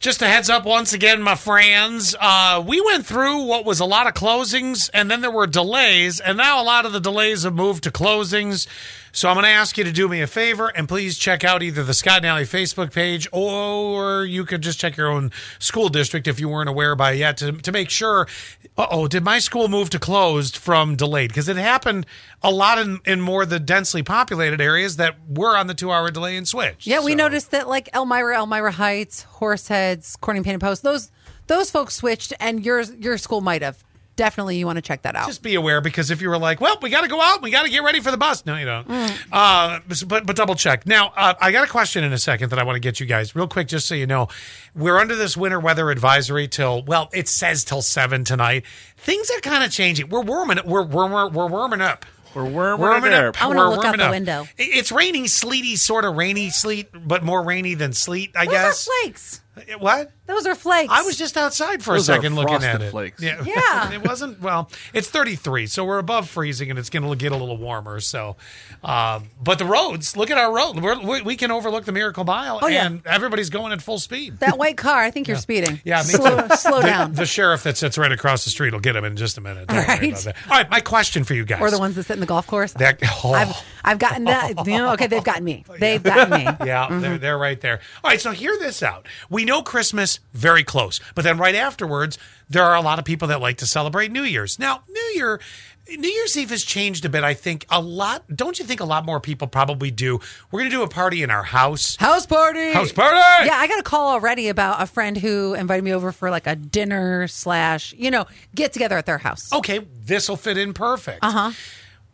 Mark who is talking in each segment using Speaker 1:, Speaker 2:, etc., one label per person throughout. Speaker 1: Just a heads up once again, my friends. Uh, we went through what was a lot of closings, and then there were delays, and now a lot of the delays have moved to closings. So I'm going to ask you to do me a favor and please check out either the Scott and Alley Facebook page or you could just check your own school district if you weren't aware by yet to, to make sure. Uh oh, did my school move to closed from delayed? Because it happened a lot in, in more the densely populated areas that were on the two hour delay and switch.
Speaker 2: Yeah, we
Speaker 1: So-
Speaker 2: noticed that like Elmira, Elmira Heights, Horseheads, Corning Painted Post, those those folks switched, and your your school might have. Definitely, you want to check that out.
Speaker 1: just be aware because if you were like, well, we got to go out, we got to get ready for the bus. No, you don't. Uh, but but double check. Now, uh, I got a question in a second that I want to get you guys real quick, just so you know. We're under this winter weather advisory till well, it says till seven tonight. Things are kind of changing. We're warming. We're we're we're, we're warming up.
Speaker 3: We're warming
Speaker 1: warming
Speaker 3: up.
Speaker 1: up.
Speaker 2: I wanna
Speaker 1: We're
Speaker 2: look
Speaker 1: warming
Speaker 2: out the
Speaker 1: up.
Speaker 2: window.
Speaker 1: I- It's raining, sleety, sort of rainy sleet, but more rainy than sleet, I
Speaker 2: those
Speaker 1: guess.
Speaker 2: are flakes.
Speaker 1: What?
Speaker 2: Those are flakes.
Speaker 1: I was just outside for
Speaker 3: Those
Speaker 1: a
Speaker 3: are
Speaker 1: second looking
Speaker 3: frosted
Speaker 1: at it.
Speaker 3: flakes.
Speaker 1: Yeah.
Speaker 2: Yeah.
Speaker 1: it wasn't, well, it's 33, so we're above freezing and it's going to get a little warmer. So, um, but the roads, look at our road. We're, we, we can overlook the Miracle Mile
Speaker 2: Oh, yeah.
Speaker 1: and everybody's going at full speed.
Speaker 2: that white car. I think you're speeding.
Speaker 1: Yeah, me
Speaker 2: slow, slow down.
Speaker 1: the sheriff that sits right across the street will get him in just a minute. Don't worry
Speaker 2: Right.
Speaker 1: about that. All right, my question for you guys.
Speaker 2: or the ones that sit in the golf course.
Speaker 1: That- oh.
Speaker 2: I've I've gotten that. You know, okay, they've gotten me. They've gotten me.
Speaker 1: Yeah, they're, they're right there. All right, so hear this out. We know Christmas very close, but then right afterwards, there are a lot of people that like to celebrate New Year's. Now, New Year, New Year's Eve has changed a bit. I think a lot. Don't you think a lot more people probably do? We're going to do a party in our house.
Speaker 2: House party.
Speaker 1: House party!
Speaker 2: Yeah, I got a call already about a friend who invited me over for like a dinner slash, you know, get together at their house.
Speaker 1: Okay, this will fit in perfect. Uh huh.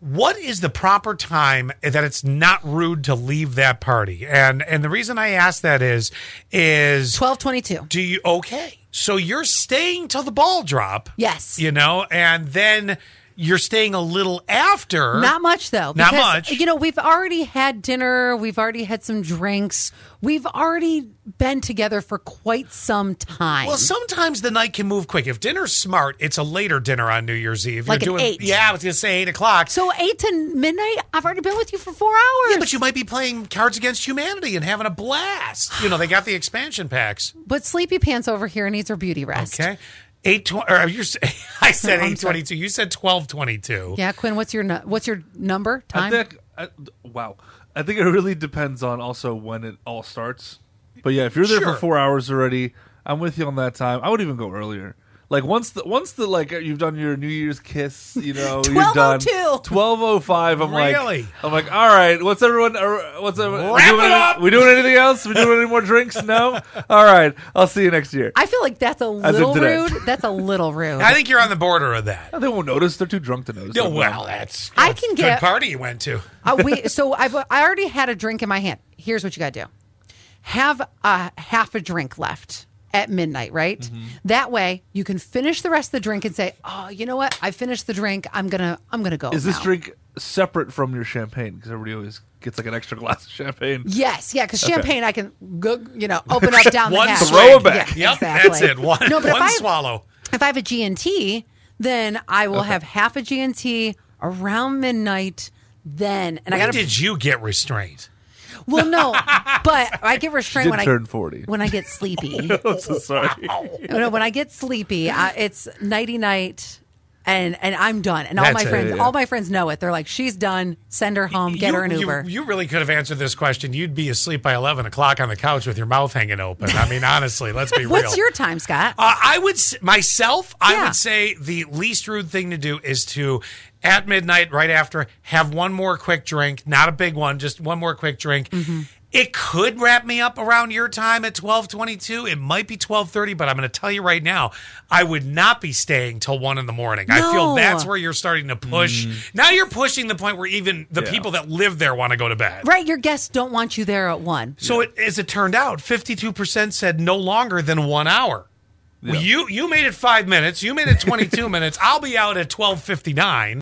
Speaker 1: What is the proper time that it's not rude to leave that party? And and the reason I ask that is is
Speaker 2: Twelve twenty two.
Speaker 1: Do you okay? So you're staying till the ball drop.
Speaker 2: Yes.
Speaker 1: You know, and then you're staying a little after.
Speaker 2: Not much though.
Speaker 1: Not
Speaker 2: because,
Speaker 1: much.
Speaker 2: You know, we've already had dinner. We've already had some drinks. We've already been together for quite some time.
Speaker 1: Well, sometimes the night can move quick. If dinner's smart, it's a later dinner on New Year's Eve.
Speaker 2: Like
Speaker 1: you're
Speaker 2: an
Speaker 1: doing,
Speaker 2: eight.
Speaker 1: Yeah, I was gonna say eight o'clock.
Speaker 2: so eight to midnight. I've already been with you for four hours.
Speaker 1: Yeah, but you might be playing Cards Against Humanity and having a blast. You know, they got the expansion packs.
Speaker 2: But sleepy pants over here needs her beauty rest.
Speaker 1: Okay. Eight twenty. Or you're, s- I said
Speaker 2: No, I'm
Speaker 1: eight twenty-two. You said twelve twenty-two.
Speaker 2: Yeah, Quinn, what's your nu- what's your number time?
Speaker 3: I think, I, wow. I think it really depends on also when it all starts. But yeah, if you're there
Speaker 1: Sure.
Speaker 3: for four hours already, I'm with you on that time. I would even go earlier. Like once the once the like you've done your New Year's kiss, you know you're done.
Speaker 2: 12:02.
Speaker 3: Twelve oh five. I'm
Speaker 1: Really?
Speaker 3: like, I'm like, all right. What's everyone? are- What's everyone?
Speaker 1: Wrap
Speaker 3: we doing
Speaker 1: it
Speaker 3: any-
Speaker 1: up!
Speaker 3: We doing anything else? We doing any more drinks? No. All right. I'll see you next year.
Speaker 2: I feel like that's a
Speaker 3: As
Speaker 2: little
Speaker 3: of today.
Speaker 2: rude. That's a little rude.
Speaker 1: I think you're on the border of that.
Speaker 3: They won't notice. They're too drunk to notice.
Speaker 1: Oh, well, that's,
Speaker 2: I
Speaker 1: that's
Speaker 2: can
Speaker 1: a
Speaker 2: get-
Speaker 1: good party you went to.
Speaker 2: Uh, we, so I've I already had a drink in my hand. Here's what you got to do: have a half a drink left at midnight, right? That way you can finish the rest of the drink and say, "Oh, you know what? I finished the drink. I'm gonna I'm gonna go."
Speaker 3: Is this
Speaker 2: now."
Speaker 3: drink separate from your champagne? Because everybody always gets like an extra glass of champagne.
Speaker 2: Yes, yeah, because champagne I can go, you know, open up down
Speaker 1: One
Speaker 2: the hatch.
Speaker 1: swig.
Speaker 3: Throwback.
Speaker 2: Yeah,
Speaker 1: Yep, that's
Speaker 2: exactly.
Speaker 1: it. One,
Speaker 2: no, but
Speaker 1: one
Speaker 2: if I,
Speaker 1: swallow.
Speaker 2: if I have a G&T, then I will have half a G&T around midnight then. And I
Speaker 1: When
Speaker 2: got to
Speaker 1: did you get restrained?
Speaker 2: Well, no, but I get restrained
Speaker 3: Did
Speaker 2: when I
Speaker 3: turn 40.
Speaker 2: when I get sleepy.
Speaker 3: I'm so sorry.
Speaker 2: No, when I get sleepy, I, it's nighty night. And, and I'm done. And all
Speaker 1: That's
Speaker 2: my
Speaker 1: it.
Speaker 2: friends,
Speaker 3: Yeah, yeah.
Speaker 2: all my friends know it. They're like, she's done. Send her home. Um, Get
Speaker 1: you,
Speaker 2: her an
Speaker 1: you-
Speaker 2: Uber.
Speaker 1: You, really could have answered this question. You'd be asleep by eleven o'clock on the couch with your mouth hanging open. I mean, honestly, let's be real.
Speaker 2: What's your time, Scott?
Speaker 1: Uh, I would s- myself. I
Speaker 2: Yeah.
Speaker 1: would say the least rude thing to do is to at midnight, right after, have one more quick drink, not a big one, just one more quick drink.
Speaker 2: Mm-hmm.
Speaker 1: It could wrap me up around your time at twelve twenty-two. It might be twelve thirty, but I'm going to tell you right now, I would not be staying till one in the morning. I feel
Speaker 2: No.
Speaker 1: that's where you're starting to push. Now you're pushing the point where even the
Speaker 3: Yeah.
Speaker 1: people that live there want to go to bed.
Speaker 2: right, your guests don't want you there at one.
Speaker 1: So it, as it turned out, 52% said no longer than one hour. Well, you you made it five minutes. You made it 22 minutes. I'll be out at 12:59.